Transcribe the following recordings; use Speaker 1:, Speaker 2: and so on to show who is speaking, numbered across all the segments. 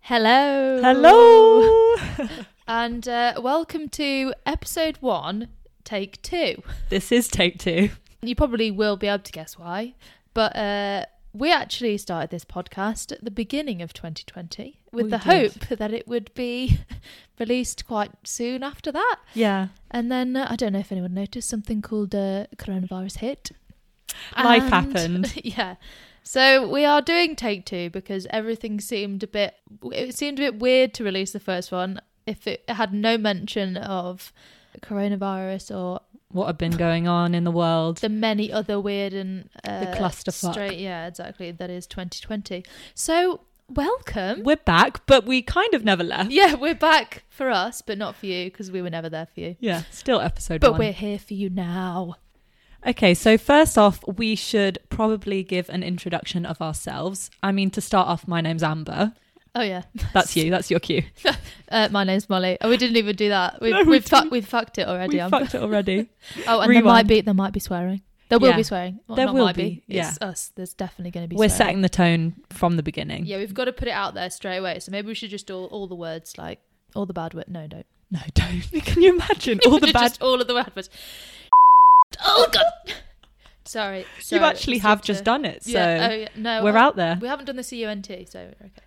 Speaker 1: Hello.
Speaker 2: Hello.
Speaker 1: And uh, welcome to episode one, take two.
Speaker 2: this is take two.
Speaker 1: You probably will be able to guess why, but uh, we actually started this podcast at the beginning of 2020 with
Speaker 2: We
Speaker 1: the
Speaker 2: did.
Speaker 1: hope that it would be released quite soon after that.
Speaker 2: Yeah.
Speaker 1: And then uh, I don't know if anyone noticed something called uh, coronavirus hit.
Speaker 2: Life happened.
Speaker 1: Yeah. So we are doing take two because everything seemed a bit. It seemed a bit weird to release the first one if it had no mention of coronavirus or
Speaker 2: What had been going on in the world?
Speaker 1: the many other weird and uh,
Speaker 2: clusterfuck.
Speaker 1: Straight, yeah, exactly. That is 2020. So welcome.
Speaker 2: We're back, but we kind of never left.
Speaker 1: yeah, we're back for us, but not for you because we were never there for you.
Speaker 2: Yeah, still episode
Speaker 1: But
Speaker 2: one.
Speaker 1: we're here for you now.
Speaker 2: Okay, so first off, we should probably give an introduction of ourselves. I mean, to start off, my name's Amber.
Speaker 1: Oh yeah.
Speaker 2: That's you. That's your cue.
Speaker 1: Uh, my name's Molly. Oh, we didn't even do that. We've
Speaker 2: No, we
Speaker 1: we've, fu-
Speaker 2: didn't.
Speaker 1: we've fucked it already.
Speaker 2: We
Speaker 1: I'm-
Speaker 2: fucked it already.
Speaker 1: oh, and there might
Speaker 2: Rewind.
Speaker 1: be there might be swearing. There will
Speaker 2: Yeah.
Speaker 1: be swearing. Well,
Speaker 2: There
Speaker 1: not
Speaker 2: will
Speaker 1: might be.
Speaker 2: be,
Speaker 1: It's us. There's definitely going to be.
Speaker 2: We're
Speaker 1: swearing.
Speaker 2: setting the tone from the beginning.
Speaker 1: Yeah, we've got to put it out there straight away. So maybe we should just all all the words like all the bad words. No, don't.
Speaker 2: No, don't. Can you imagine all the bad?
Speaker 1: just all of the bad words. oh god. Sorry.
Speaker 2: You
Speaker 1: sorry,
Speaker 2: actually
Speaker 1: it's
Speaker 2: have
Speaker 1: to-
Speaker 2: just done it, so
Speaker 1: yeah. Oh yeah. No.
Speaker 2: we're
Speaker 1: I-
Speaker 2: out there.
Speaker 1: We haven't done the C U N T. So we're okay.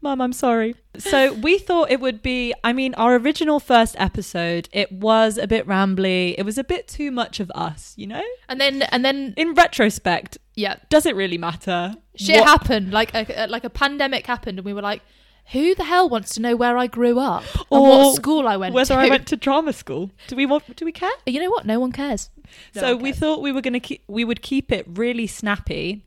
Speaker 2: Mum, I'm sorry. So we thought it would be, I mean, our original first episode, it was a bit rambly. It was a bit too much of us, you know?
Speaker 1: And then and then
Speaker 2: In retrospect,
Speaker 1: yeah.
Speaker 2: does it really matter?
Speaker 1: shit
Speaker 2: What-
Speaker 1: happened like a, like a pandemic happened and we were like who the hell wants to know where i grew up or
Speaker 2: Or
Speaker 1: what school i went
Speaker 2: Whether
Speaker 1: to
Speaker 2: I went to drama school. Do we want do we care?
Speaker 1: you know what no one cares No
Speaker 2: so
Speaker 1: one
Speaker 2: we
Speaker 1: cares.
Speaker 2: thought we were gonna keep we would keep it really snappy.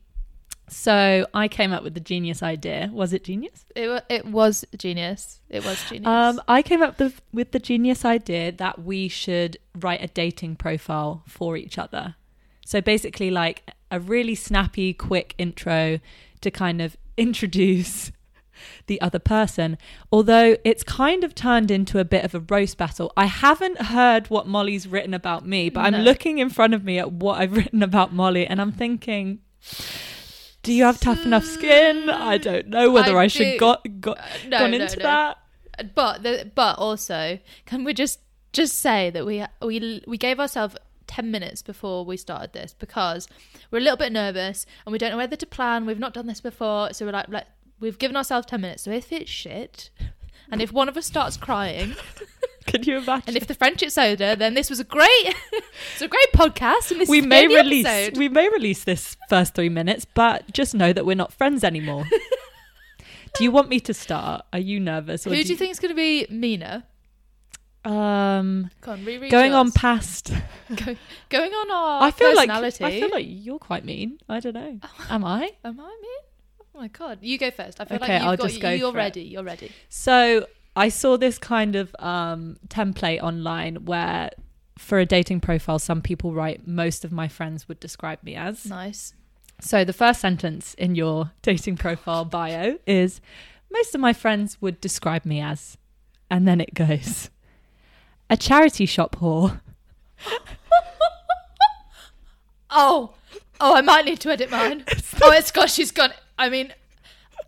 Speaker 2: So I came up with the genius idea. Was it genius?
Speaker 1: it, wa- it was genius it was genius Uh,
Speaker 2: Um, I came up the, with the genius idea that we should write a dating profile for each other. So basically, like a really snappy, quick intro to kind of introduce the other person. Although it's kind of turned into a bit of a roast battle. I haven't heard what Molly's written about me, but
Speaker 1: No.
Speaker 2: I'm looking in front of me at what I've written about Molly and I'm thinking. Do you have tough enough skin? I don't know whether
Speaker 1: Mm. I
Speaker 2: I,
Speaker 1: do.
Speaker 2: should got, got
Speaker 1: no,
Speaker 2: gone
Speaker 1: no,
Speaker 2: into
Speaker 1: no.
Speaker 2: that.
Speaker 1: but the, but also can we just just say that we we we gave ourselves 10 minutes before we started this because we're a little bit nervous and we don't know whether to plan we've not done this before so we're like, like we've given ourselves 10 minutes so if it's shit and if one of us starts crying
Speaker 2: Could you imagine?
Speaker 1: And if the friendship's over, then this was a great, it's a great podcast, and this
Speaker 2: we
Speaker 1: is
Speaker 2: may
Speaker 1: the
Speaker 2: release
Speaker 1: episode.
Speaker 2: we may release this first three minutes, but just know that we're not friends anymore. do you want me to start? Are you nervous? or
Speaker 1: Who do you think is going to be Mina?
Speaker 2: Um,
Speaker 1: Come on, reread
Speaker 2: going on
Speaker 1: yours.
Speaker 2: past.
Speaker 1: Go- going on our
Speaker 2: I feel like I
Speaker 1: personality. Oh.
Speaker 2: feel like you're quite mean. I don't know. Am I?
Speaker 1: Am I mean? Oh my god, you go first. I feel
Speaker 2: Okay,
Speaker 1: like you've
Speaker 2: I'll
Speaker 1: got,
Speaker 2: just go
Speaker 1: you're
Speaker 2: for it.
Speaker 1: ready. You're ready.
Speaker 2: So I saw this kind of um, template online where. For a dating profile, some people write, most of my friends would describe me as.
Speaker 1: Nice.
Speaker 2: So the first sentence in your dating profile bio is most of my friends would describe me as and then it goes a charity shop whore.
Speaker 1: Oh, oh, I might need to edit mine. oh, it's got. She's gone. I mean,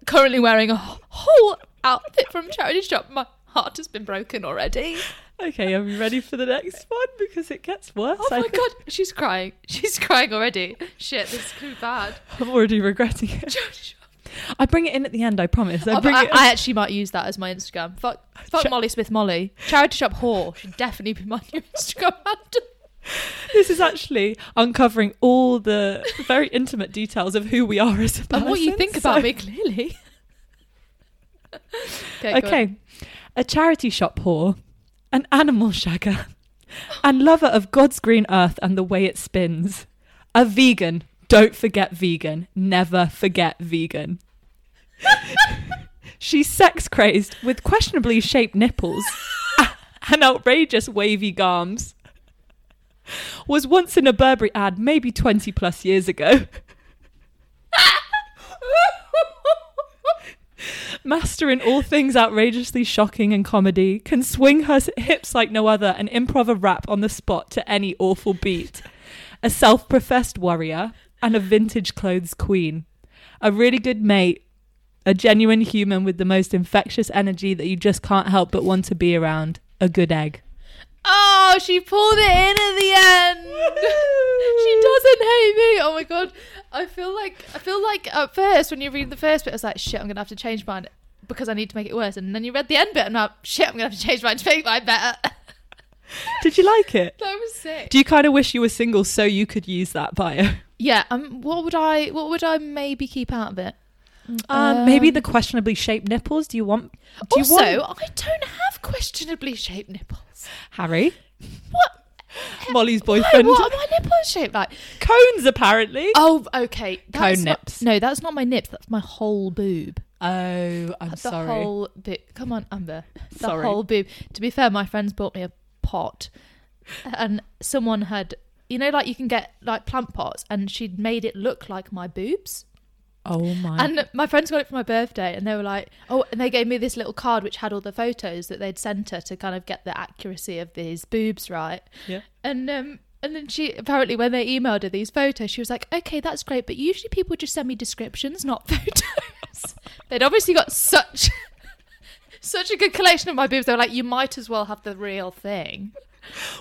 Speaker 1: currently wearing a whole outfit from charity shop. My heart has been broken already.
Speaker 2: Okay, are we ready for the next one because it gets worse?
Speaker 1: Oh
Speaker 2: I
Speaker 1: my
Speaker 2: think.
Speaker 1: god, she's crying. She's crying already. Shit, this could be bad.
Speaker 2: I'm already regretting it. I bring it in at the end, I promise. I
Speaker 1: Oh, but
Speaker 2: bring
Speaker 1: I,
Speaker 2: it
Speaker 1: I actually might use that as my Instagram. Fuck, fuck
Speaker 2: Cha-
Speaker 1: Molly Smith Molly. Charity shop whore should definitely be my new Instagram handle.
Speaker 2: This is actually uncovering all the very intimate details of who we are as a person.
Speaker 1: And what you think
Speaker 2: so-
Speaker 1: about me, clearly. okay. go on.
Speaker 2: Okay. A charity shop whore, an animal shagger, and lover of God's green earth and the way it spins. A vegan. Don't forget vegan. Never forget vegan. She's sex crazed with questionably shaped nipples and outrageous wavy garms. Was once in a Burberry ad, maybe 20 plus years ago. Master in all things outrageously shocking and comedy, can swing her s- hips like no other and improv a rap on the spot to any awful beat. A self professed warrior and a vintage clothes queen. A really good mate, a genuine human with the most infectious energy that you just can't help but want to be around. A good egg.
Speaker 1: Oh, she pulled it in at the end. she doesn't hate me. Oh my god, I feel like I feel like at first when you read the first bit, I was like, shit, I'm gonna have to change mine because I need to make it worse. And then you read the end bit, and I'm like, shit, I'm gonna have to change mine to make mine better.
Speaker 2: Did you like it?
Speaker 1: that was sick.
Speaker 2: Do you kind of wish you were single so you could use that bio?
Speaker 1: yeah. Um. What would I? What would I maybe keep out of it?
Speaker 2: Um, maybe the questionably shaped nipples. Do you want? Do
Speaker 1: also,
Speaker 2: you want
Speaker 1: I don't have questionably shaped nipples.
Speaker 2: Harry?
Speaker 1: What?
Speaker 2: Molly's
Speaker 1: Why-
Speaker 2: boyfriend.
Speaker 1: What are my nipples shaped like?
Speaker 2: Cones, apparently.
Speaker 1: Oh, okay. That's
Speaker 2: Cone
Speaker 1: not-
Speaker 2: nips.
Speaker 1: No, that's not my nips. That's my whole boob.
Speaker 2: Oh, I'm
Speaker 1: the whole boob. Come on, Amber. The
Speaker 2: Sorry.
Speaker 1: whole boob. To be fair, my friends bought me a pot, and someone had, you know, like you can get like plant pots, and she'd made it look like my boobs.
Speaker 2: oh my.
Speaker 1: And my friends got it for my birthday, and they were like, "Oh!" And they gave me this little card which had all the photos that they'd sent her to kind of get the accuracy of these boobs right.
Speaker 2: Yeah.
Speaker 1: And um, and then she apparently when they emailed her these photos, she was like, "Okay, that's great, but usually people just send me descriptions, not photos." They'd obviously got such such a good collection of my boobs. They were like, "You might as well have the real thing."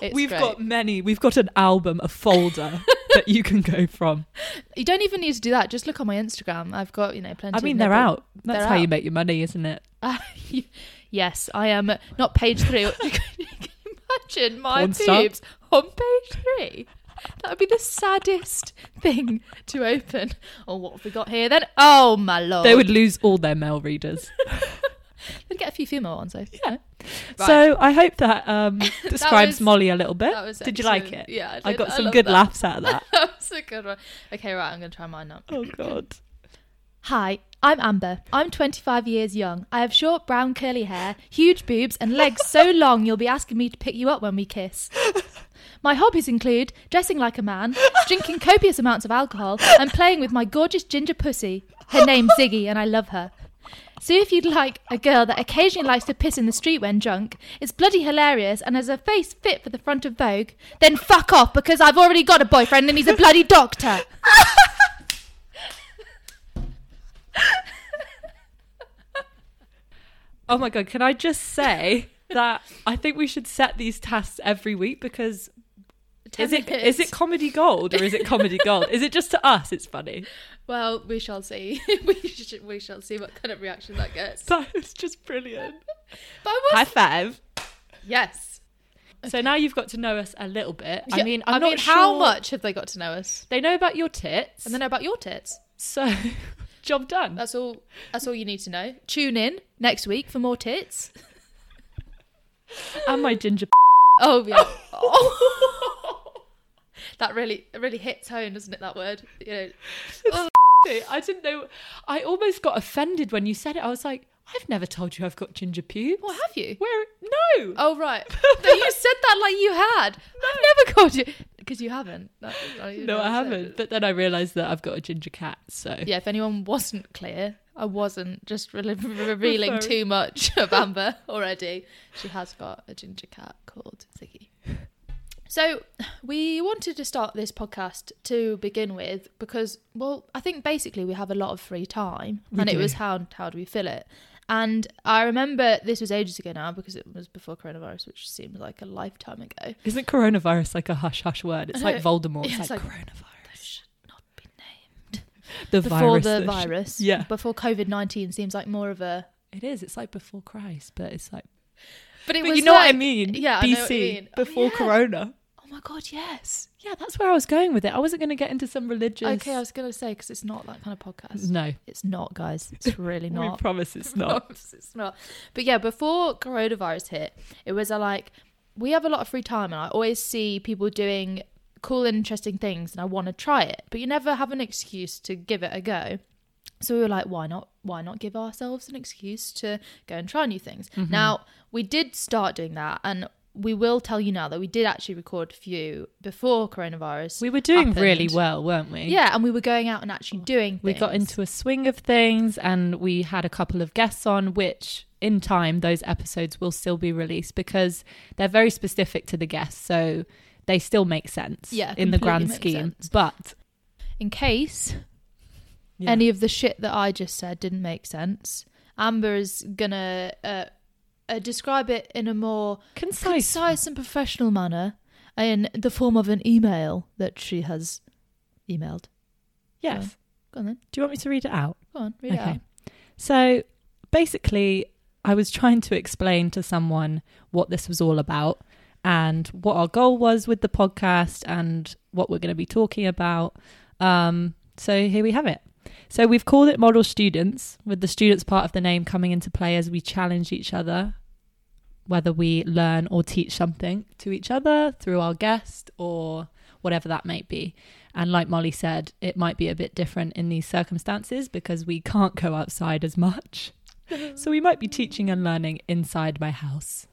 Speaker 1: It's
Speaker 2: We've
Speaker 1: great.
Speaker 2: got many. We've got an album, a folder that you can go from.
Speaker 1: You don't even need to do that. Just look on my Instagram. I've got you know plenty.
Speaker 2: I
Speaker 1: of
Speaker 2: mean, they're
Speaker 1: nipple-
Speaker 2: out. That's
Speaker 1: They're
Speaker 2: how you
Speaker 1: out.
Speaker 2: make your money, isn't it?
Speaker 1: Uh, yes, I am not page three. Can you imagine my
Speaker 2: Porn star?
Speaker 1: boobs on page three? That would be the saddest thing to open. Oh, what have we got here then? Oh my lord!
Speaker 2: They would lose all their male readers.
Speaker 1: They'd get a few female ones though. Yeah,
Speaker 2: So I hope that um, describes
Speaker 1: was-
Speaker 2: Molly a little bit.
Speaker 1: that was
Speaker 2: Did you like
Speaker 1: excellent.
Speaker 2: it?
Speaker 1: Yeah, I
Speaker 2: I
Speaker 1: did.
Speaker 2: got
Speaker 1: I
Speaker 2: some
Speaker 1: love
Speaker 2: good
Speaker 1: that.
Speaker 2: laughs out of that.
Speaker 1: that was a good one. Okay, right, I'm gonna try mine now.
Speaker 2: oh God.
Speaker 1: Hi, I'm Amber. I'm 25 years young. I have short brown curly hair, huge boobs, and legs so long you'll be asking me to pick you up when we kiss. My hobbies include dressing like a man, drinking copious amounts of alcohol, and playing with my gorgeous ginger pussy. Her name's Ziggy, and I love her. So if you'd like a girl that occasionally likes to piss in the street when drunk, is bloody hilarious, and has a face fit for the front of Vogue, then fuck off because I've already got a boyfriend and he's a bloody doctor.
Speaker 2: Oh my god, can I just say that I think we should set these tasks every week because is it is it comedy gold or is it comedy gold? Is it just to us it's funny?
Speaker 1: Well, we shall see. we, sh- we shall see what kind of reaction that gets. But
Speaker 2: That was just brilliant.
Speaker 1: I
Speaker 2: High
Speaker 1: was,
Speaker 2: five.
Speaker 1: yes.
Speaker 2: So now you've got to know us a little bit. I
Speaker 1: Yeah,
Speaker 2: mean, I'm
Speaker 1: I
Speaker 2: not
Speaker 1: mean, how
Speaker 2: sure-
Speaker 1: much have they got to know us?
Speaker 2: They know about your tits.
Speaker 1: And they know about your tits.
Speaker 2: so job done.
Speaker 1: That's all. That's all you need to know. Tune in next week for more tits.
Speaker 2: And my ginger
Speaker 1: Oh yeah. Oh. that really, it really hits home, doesn't it? That word. You know. Oh.
Speaker 2: p- I didn't know I almost got offended when you said it. I was like, I've never told you I've got ginger pubes.
Speaker 1: What have you?
Speaker 2: Where no.
Speaker 1: Oh right. No, you said that like you had. I've never called you because you haven't. That- you
Speaker 2: no,
Speaker 1: know,
Speaker 2: I
Speaker 1: so-
Speaker 2: haven't. But then I realised that I've got a ginger cat, so
Speaker 1: yeah, if anyone wasn't clear, I wasn't just re- revealing
Speaker 2: Sorry.
Speaker 1: too much of Amber already. She has got a ginger cat called Ziggy. So, we wanted to start this podcast to begin with because, well, I think basically we have a lot of free time,
Speaker 2: We
Speaker 1: and
Speaker 2: do.
Speaker 1: it was how how do we fill it? And I remember this was ages ago now because it was before coronavirus, which seems like a lifetime ago.
Speaker 2: Isn't coronavirus like a hush hush word? It's like Voldemort.
Speaker 1: Yeah,
Speaker 2: it's
Speaker 1: it's
Speaker 2: like,
Speaker 1: like-
Speaker 2: coronavirus.
Speaker 1: Should not be named
Speaker 2: The
Speaker 1: before
Speaker 2: virus.
Speaker 1: the
Speaker 2: that-
Speaker 1: virus.
Speaker 2: yeah.
Speaker 1: before COVID nineteen seems like more of a
Speaker 2: It is. It's like before Christ, but it's like.
Speaker 1: But it
Speaker 2: But
Speaker 1: was
Speaker 2: you know what
Speaker 1: like-
Speaker 2: I mean?
Speaker 1: Yeah, I
Speaker 2: BC
Speaker 1: know what you mean. Oh,
Speaker 2: before
Speaker 1: yeah.
Speaker 2: Corona.
Speaker 1: Oh my god, yes.
Speaker 2: Yeah, that's where I was going with it. I wasn't going to get into some religious.
Speaker 1: Okay, I was gonna say because it's not that kind of podcast.
Speaker 2: No,
Speaker 1: It's not, guys. It's really
Speaker 2: we
Speaker 1: not.
Speaker 2: promise it's not.
Speaker 1: it's not. But yeah, before coronavirus hit, it was a, like we have a lot of free time, and I always see people doing cool, interesting things, and I want to try it. But you never have an excuse to give it a go. So we were like, why not? Why not give ourselves an excuse to go and try new things?
Speaker 2: Mm-hmm.
Speaker 1: Now we did start doing that, and we will tell you now that we did actually record a few before coronavirus.
Speaker 2: We were doing really
Speaker 1: happened.
Speaker 2: well, weren't we?
Speaker 1: Yeah, and we were going out and actually doing. Things.
Speaker 2: Oh, We got into a swing of things and we had a couple of guests on, which in time those episodes will still be released because they're very specific to the guests. So they still make sense
Speaker 1: Yeah,
Speaker 2: in
Speaker 1: completely
Speaker 2: the grand
Speaker 1: makes
Speaker 2: scheme.
Speaker 1: sense.
Speaker 2: But
Speaker 1: in case
Speaker 2: Yeah.
Speaker 1: any of the shit that I just said didn't make sense. Amber is gonna uh, uh, describe it in a more
Speaker 2: concise.
Speaker 1: concise and professional manner in the form of an email that she has emailed.
Speaker 2: Yes.
Speaker 1: Go on then.
Speaker 2: Do you want me to read it out?
Speaker 1: Go on. Read it out.
Speaker 2: So basically, I was trying to explain to someone what this was all about and what our goal was with the podcast and what we're going to be talking about. Um, so here we have it. So we've called it Model Students, with the students part of the name coming into play as we challenge each other, whether we learn or teach something to each other through our guest or whatever that might be. And like Molly said, it might be a bit different in these circumstances because we can't go outside as much. so we might be teaching and learning inside my house.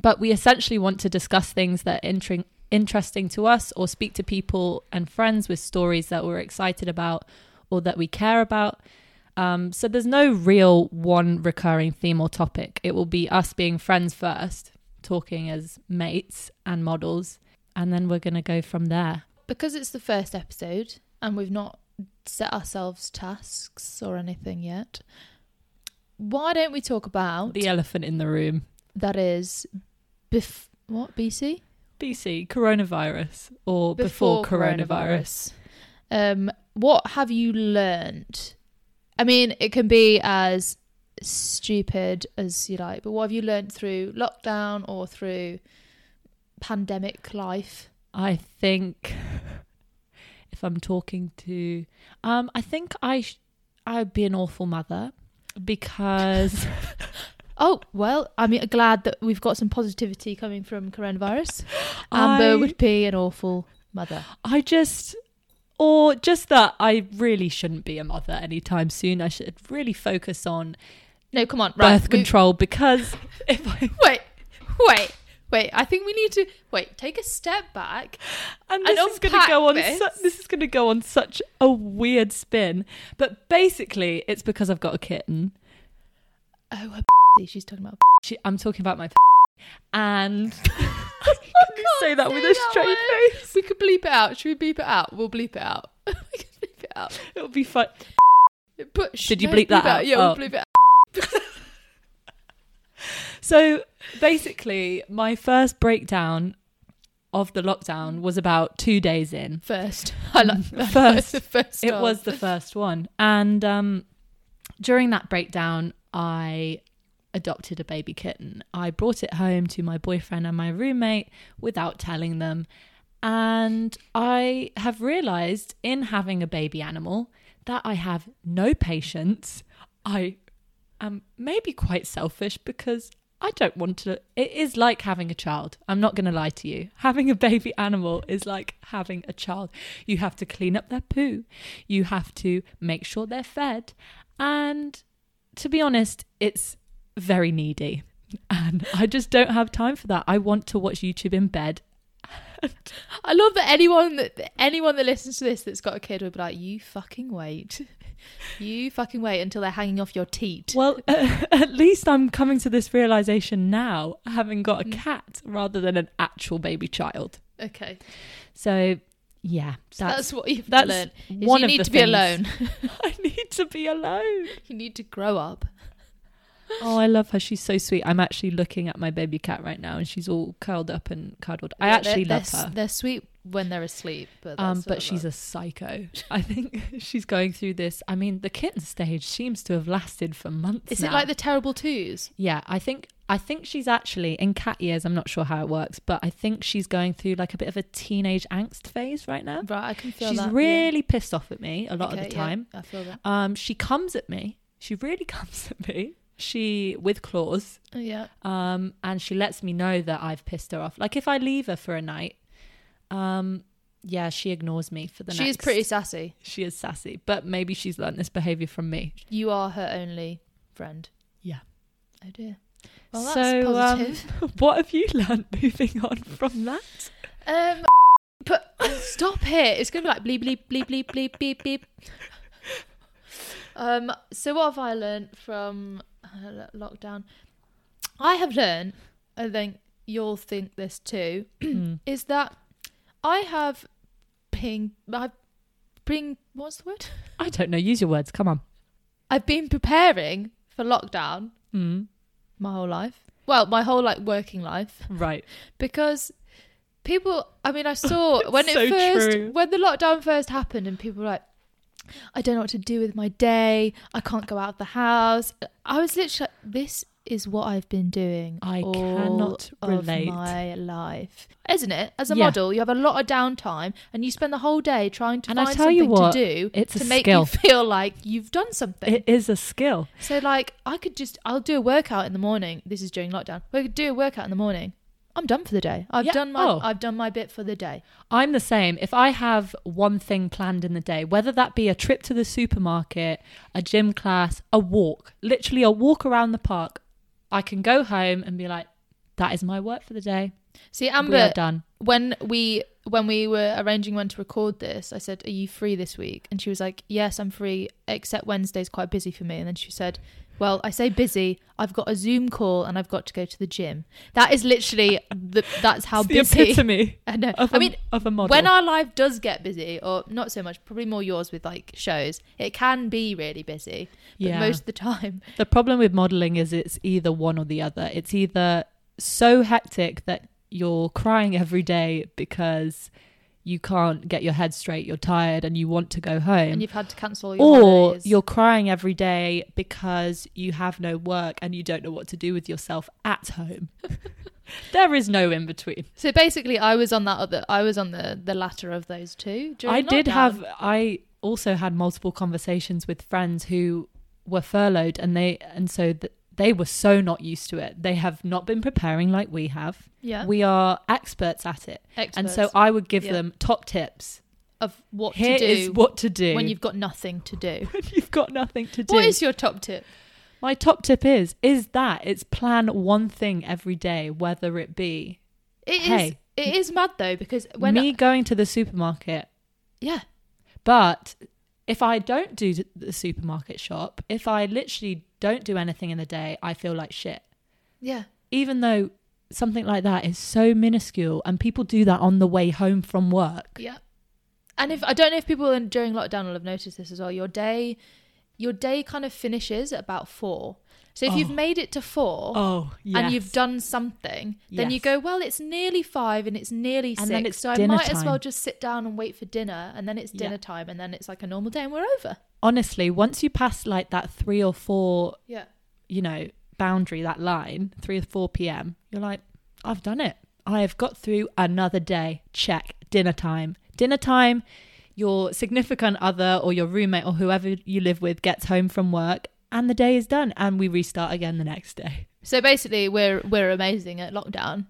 Speaker 2: But we essentially want to discuss things that are intering- interesting to us or speak to people and friends with stories that we're excited about or that we care about. Um, so there's no real one recurring theme or topic. It will be us being friends first, talking as mates and models, and then we're going to go from there.
Speaker 1: Because it's the first episode and we've not set ourselves tasks or anything yet, why don't we talk about
Speaker 2: The elephant in the room.
Speaker 1: that is bef- what BC
Speaker 2: BC, coronavirus, or before, coronavirus.
Speaker 1: coronavirus. Um, what have you learned? I mean, it can be as stupid as you like, but what have you learned through lockdown or through pandemic life?
Speaker 2: I think if I'm talking to, um, I think I sh- I'd be an awful mother because
Speaker 1: Oh, well, I'm glad that we've got some positivity coming from coronavirus. Amber
Speaker 2: I-
Speaker 1: would be an awful mother.
Speaker 2: I just, or just that I really shouldn't be a mother anytime soon. I should really focus on
Speaker 1: No, come on, right.
Speaker 2: birth
Speaker 1: we-
Speaker 2: control because if I,
Speaker 1: wait, wait, wait. I think we need to wait. Take a step back.
Speaker 2: and
Speaker 1: And
Speaker 2: this is going to go on.
Speaker 1: unpack
Speaker 2: Su-
Speaker 1: this.
Speaker 2: this is going to go on such a weird spin. But basically, it's because I've got a kitten.
Speaker 1: Oh, her she's talking about.
Speaker 2: She, I'm talking about my and
Speaker 1: I
Speaker 2: Can you say that with a straight
Speaker 1: word.
Speaker 2: face?
Speaker 1: We could bleep it out. Should we bleep it out? We'll bleep it out. we can bleep it out.
Speaker 2: it'll be fun.
Speaker 1: But sh-
Speaker 2: Did you
Speaker 1: no,
Speaker 2: bleep that out?
Speaker 1: Yeah,
Speaker 2: Oh.
Speaker 1: we'll bleep it out.
Speaker 2: So basically, my first breakdown of the lockdown was about two days in.
Speaker 1: First, I like that.
Speaker 2: First.
Speaker 1: the first.
Speaker 2: It
Speaker 1: one.
Speaker 2: was the first one. And um, during that breakdown, I adopted a baby kitten. I brought it home to my boyfriend and my roommate without telling them. And I have realized in having a baby animal that I have no patience. I am maybe quite selfish because I don't want to. It is like having a child. I'm not going to lie to you. Having a baby animal is like having a child. You have to clean up their poo, you have to make sure they're fed. And to be honest, it's very needy. And I just don't have time for that. I want to watch YouTube in bed.
Speaker 1: I love that anyone that anyone that listens to this that's got a kid would be like, "You fucking wait, you fucking wait until they're hanging off your teat."
Speaker 2: Well, at least I'm coming to this realization now, having got a
Speaker 1: Mm.
Speaker 2: cat rather than an actual baby child.
Speaker 1: Okay,
Speaker 2: So, yeah,
Speaker 1: that's,
Speaker 2: that's,
Speaker 1: what you've
Speaker 2: that's
Speaker 1: learned. is
Speaker 2: one
Speaker 1: you
Speaker 2: of
Speaker 1: need
Speaker 2: the
Speaker 1: to be
Speaker 2: things.
Speaker 1: alone.
Speaker 2: I need to be alone.
Speaker 1: you need to grow up.
Speaker 2: Oh, I love her. She's so sweet. I'm actually looking at my baby cat right now, and she's all curled up and cuddled. I
Speaker 1: Yeah,
Speaker 2: actually
Speaker 1: they're,
Speaker 2: love
Speaker 1: they're, s-
Speaker 2: her.
Speaker 1: They're sweet when they're asleep, but that's
Speaker 2: Um,
Speaker 1: what I
Speaker 2: but she's
Speaker 1: love.
Speaker 2: a psycho. I think she's going through this. I mean, the kitten stage seems to have lasted for months.
Speaker 1: Is it
Speaker 2: now.
Speaker 1: like the terrible twos?
Speaker 2: Yeah, I think I think she's actually in cat years. I'm not sure how it works, but I think she's going through like a bit of a teenage angst phase right now.
Speaker 1: Right, I can feel
Speaker 2: She's
Speaker 1: that. yeah.
Speaker 2: really pissed off at me a lot of
Speaker 1: Okay,
Speaker 2: the
Speaker 1: yeah,
Speaker 2: time.
Speaker 1: I feel that.
Speaker 2: Um, she comes at me. She really comes at me. She with claws.
Speaker 1: Yeah.
Speaker 2: um, and she lets me know that I've pissed her off. Like if I leave her for a night, um, yeah, she ignores me for the
Speaker 1: She is
Speaker 2: next.
Speaker 1: pretty sassy.
Speaker 2: She is sassy, but maybe she's learnt this behavior from me.
Speaker 1: You are her only friend.
Speaker 2: Yeah.
Speaker 1: Oh dear. Well, that's
Speaker 2: So, um,
Speaker 1: positive.
Speaker 2: What have you learnt moving on from that?
Speaker 1: Um, but stop it. It's going to be like bleep, bleep, bleep, bleep, bleep, bleep, bleep. Um, so what have I learned from uh, lo- lockdown? I have learned, I think you'll think this too,
Speaker 2: Mm.
Speaker 1: is that I have ping, I've being what's the word?
Speaker 2: I don't know. Use your words. Come on.
Speaker 1: I've been preparing for lockdown
Speaker 2: Mm.
Speaker 1: my whole life. Well, my whole like working life
Speaker 2: Right.
Speaker 1: because people. I mean, I saw when
Speaker 2: so
Speaker 1: it first
Speaker 2: true.
Speaker 1: when the lockdown first happened, and people were like, "I don't know what to do with my day. I can't go out of the house." I was literally like, "This is what I've been doing.
Speaker 2: I
Speaker 1: all
Speaker 2: cannot
Speaker 1: of
Speaker 2: relate.
Speaker 1: my life, isn't it? As a
Speaker 2: Yeah.
Speaker 1: model, you have a lot of downtime, and you spend the whole day trying to
Speaker 2: And I
Speaker 1: find
Speaker 2: tell
Speaker 1: something
Speaker 2: you what,
Speaker 1: to do
Speaker 2: it's a
Speaker 1: to make
Speaker 2: skill.
Speaker 1: you feel like you've done something."
Speaker 2: It is a skill.
Speaker 1: So like I could just I'll do a workout in the morning. This is during lockdown. We could do a workout in the morning. I'm done for the day. I've
Speaker 2: Yeah.
Speaker 1: done my
Speaker 2: Oh.
Speaker 1: I've done my bit for the day.
Speaker 2: I'm the same. If I have one thing planned in the day, whether that be a trip to the supermarket, a gym class, a walk, literally a walk around the park, I can go home and be like, that is my work for the day.
Speaker 1: See
Speaker 2: we are
Speaker 1: Amber
Speaker 2: done.
Speaker 1: when we when we were arranging when to record this, I said, "Are you free this week?" And she was like, "Yes, I'm free, except Wednesday's quite busy for me." And then she said, "Well, I say busy. I've got a Zoom call and I've got to go to the gym." That is literally the, that's how
Speaker 2: It's the
Speaker 1: busy.
Speaker 2: epitome
Speaker 1: I know.
Speaker 2: of
Speaker 1: I
Speaker 2: a-
Speaker 1: mean,
Speaker 2: of a model.
Speaker 1: when our life does get busy, or not so much, probably more yours with like shows, it can be really busy. But
Speaker 2: Yeah.
Speaker 1: most of the time,
Speaker 2: The problem with modeling is it's either one or the other. It's either so hectic that you're crying every day because you can't get your head straight, you're tired, and you want to go home.
Speaker 1: and you've had to cancel your
Speaker 2: or
Speaker 1: holidays.
Speaker 2: you're crying every day because you have no work and you don't know what to do with yourself at home. there is no in between.
Speaker 1: So basically, I was on that other. I was on the the latter of those two. during
Speaker 2: I did
Speaker 1: lockdown.
Speaker 2: have I also had multiple conversations with friends who were furloughed and they and so th- they were so not used to it. They have not been preparing like we have.
Speaker 1: yeah.
Speaker 2: We are experts at it.
Speaker 1: experts
Speaker 2: And so I would give
Speaker 1: Yeah.
Speaker 2: them top tips.
Speaker 1: of what
Speaker 2: Here
Speaker 1: to do
Speaker 2: is what to do
Speaker 1: when you've got nothing to do.
Speaker 2: when you've got nothing to do.
Speaker 1: What is your top tip?
Speaker 2: My top tip is is that it's plan one thing every day, whether it be
Speaker 1: It is.
Speaker 2: Hey.
Speaker 1: It is mad though because when
Speaker 2: me going to the supermarket.
Speaker 1: yeah
Speaker 2: But if I don't do the supermarket shop, if I literally don't do anything in the day, I feel like shit.
Speaker 1: yeah
Speaker 2: Even though something like that is so minuscule and people do that on the way home from work.
Speaker 1: Yeah. And if I don't know if people in, during lockdown will have noticed this as well, your day your day kind of finishes at about four. So if you've
Speaker 2: Oh.
Speaker 1: made it to four
Speaker 2: Oh, yes.
Speaker 1: and you've done something, then you
Speaker 2: Yes.
Speaker 1: go, Well, it's nearly five and it's nearly
Speaker 2: And
Speaker 1: six.
Speaker 2: then it's
Speaker 1: so I
Speaker 2: dinner
Speaker 1: might as well
Speaker 2: time.
Speaker 1: just sit down and wait for dinner and then it's
Speaker 2: Yeah.
Speaker 1: dinner time and then it's like a normal day and we're over.
Speaker 2: Honestly, once you pass like that 3 or 4,
Speaker 1: Yeah.
Speaker 2: you know, boundary, that line, 3 or 4 p.m., you're like, I've done it. I have got through another day. Check dinner time. Dinner time, your significant other or your roommate or whoever you live with gets home from work and the day is done and we restart again the next day.
Speaker 1: So basically we're we're amazing at lockdown.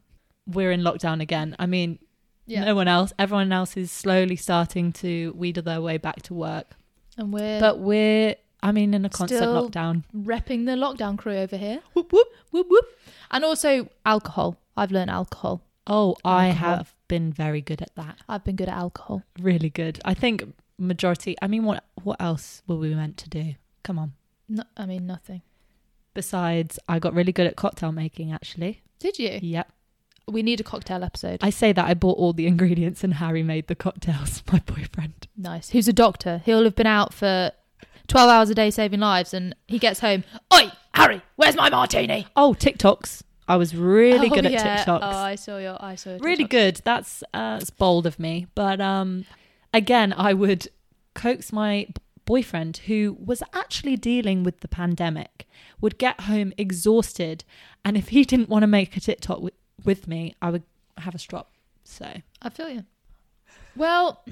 Speaker 2: We're in lockdown again. I mean,
Speaker 1: Yeah.
Speaker 2: no one else, everyone else is slowly starting to wheedle their way back to work.
Speaker 1: And we're
Speaker 2: But we're, I mean, in a constant
Speaker 1: Still-
Speaker 2: lockdown.
Speaker 1: repping the lockdown crew over here.
Speaker 2: Whoop, whoop.
Speaker 1: Whoop whoop. And also alcohol. I've learned alcohol.
Speaker 2: Oh, I
Speaker 1: Alcohol.
Speaker 2: have been very good at that.
Speaker 1: I've been good at alcohol.
Speaker 2: really good. I think majority. I mean, what what else were we meant to do? Come on.
Speaker 1: No, I mean nothing.
Speaker 2: Besides, I got really good at cocktail making. Actually,
Speaker 1: Did you?
Speaker 2: yep.
Speaker 1: We need a cocktail episode.
Speaker 2: I say that I bought all the ingredients and Harry made the cocktails. My boyfriend.
Speaker 1: nice. Who's a doctor? He'll have been out for twelve hours a day saving lives, and he gets home. Oi, Harry, where's my martini?
Speaker 2: Oh, TikToks. I was really
Speaker 1: Oh,
Speaker 2: good at
Speaker 1: yeah.
Speaker 2: TikToks.
Speaker 1: Oh, I saw your. I saw your
Speaker 2: really
Speaker 1: TikTok.
Speaker 2: good. That's uh, it's bold of me. But um, again, I would coax my b- boyfriend, who was actually dealing with the pandemic, would get home exhausted, and if he didn't want to make a TikTok wi- with me, I would have a strop. So
Speaker 1: I feel you. Well,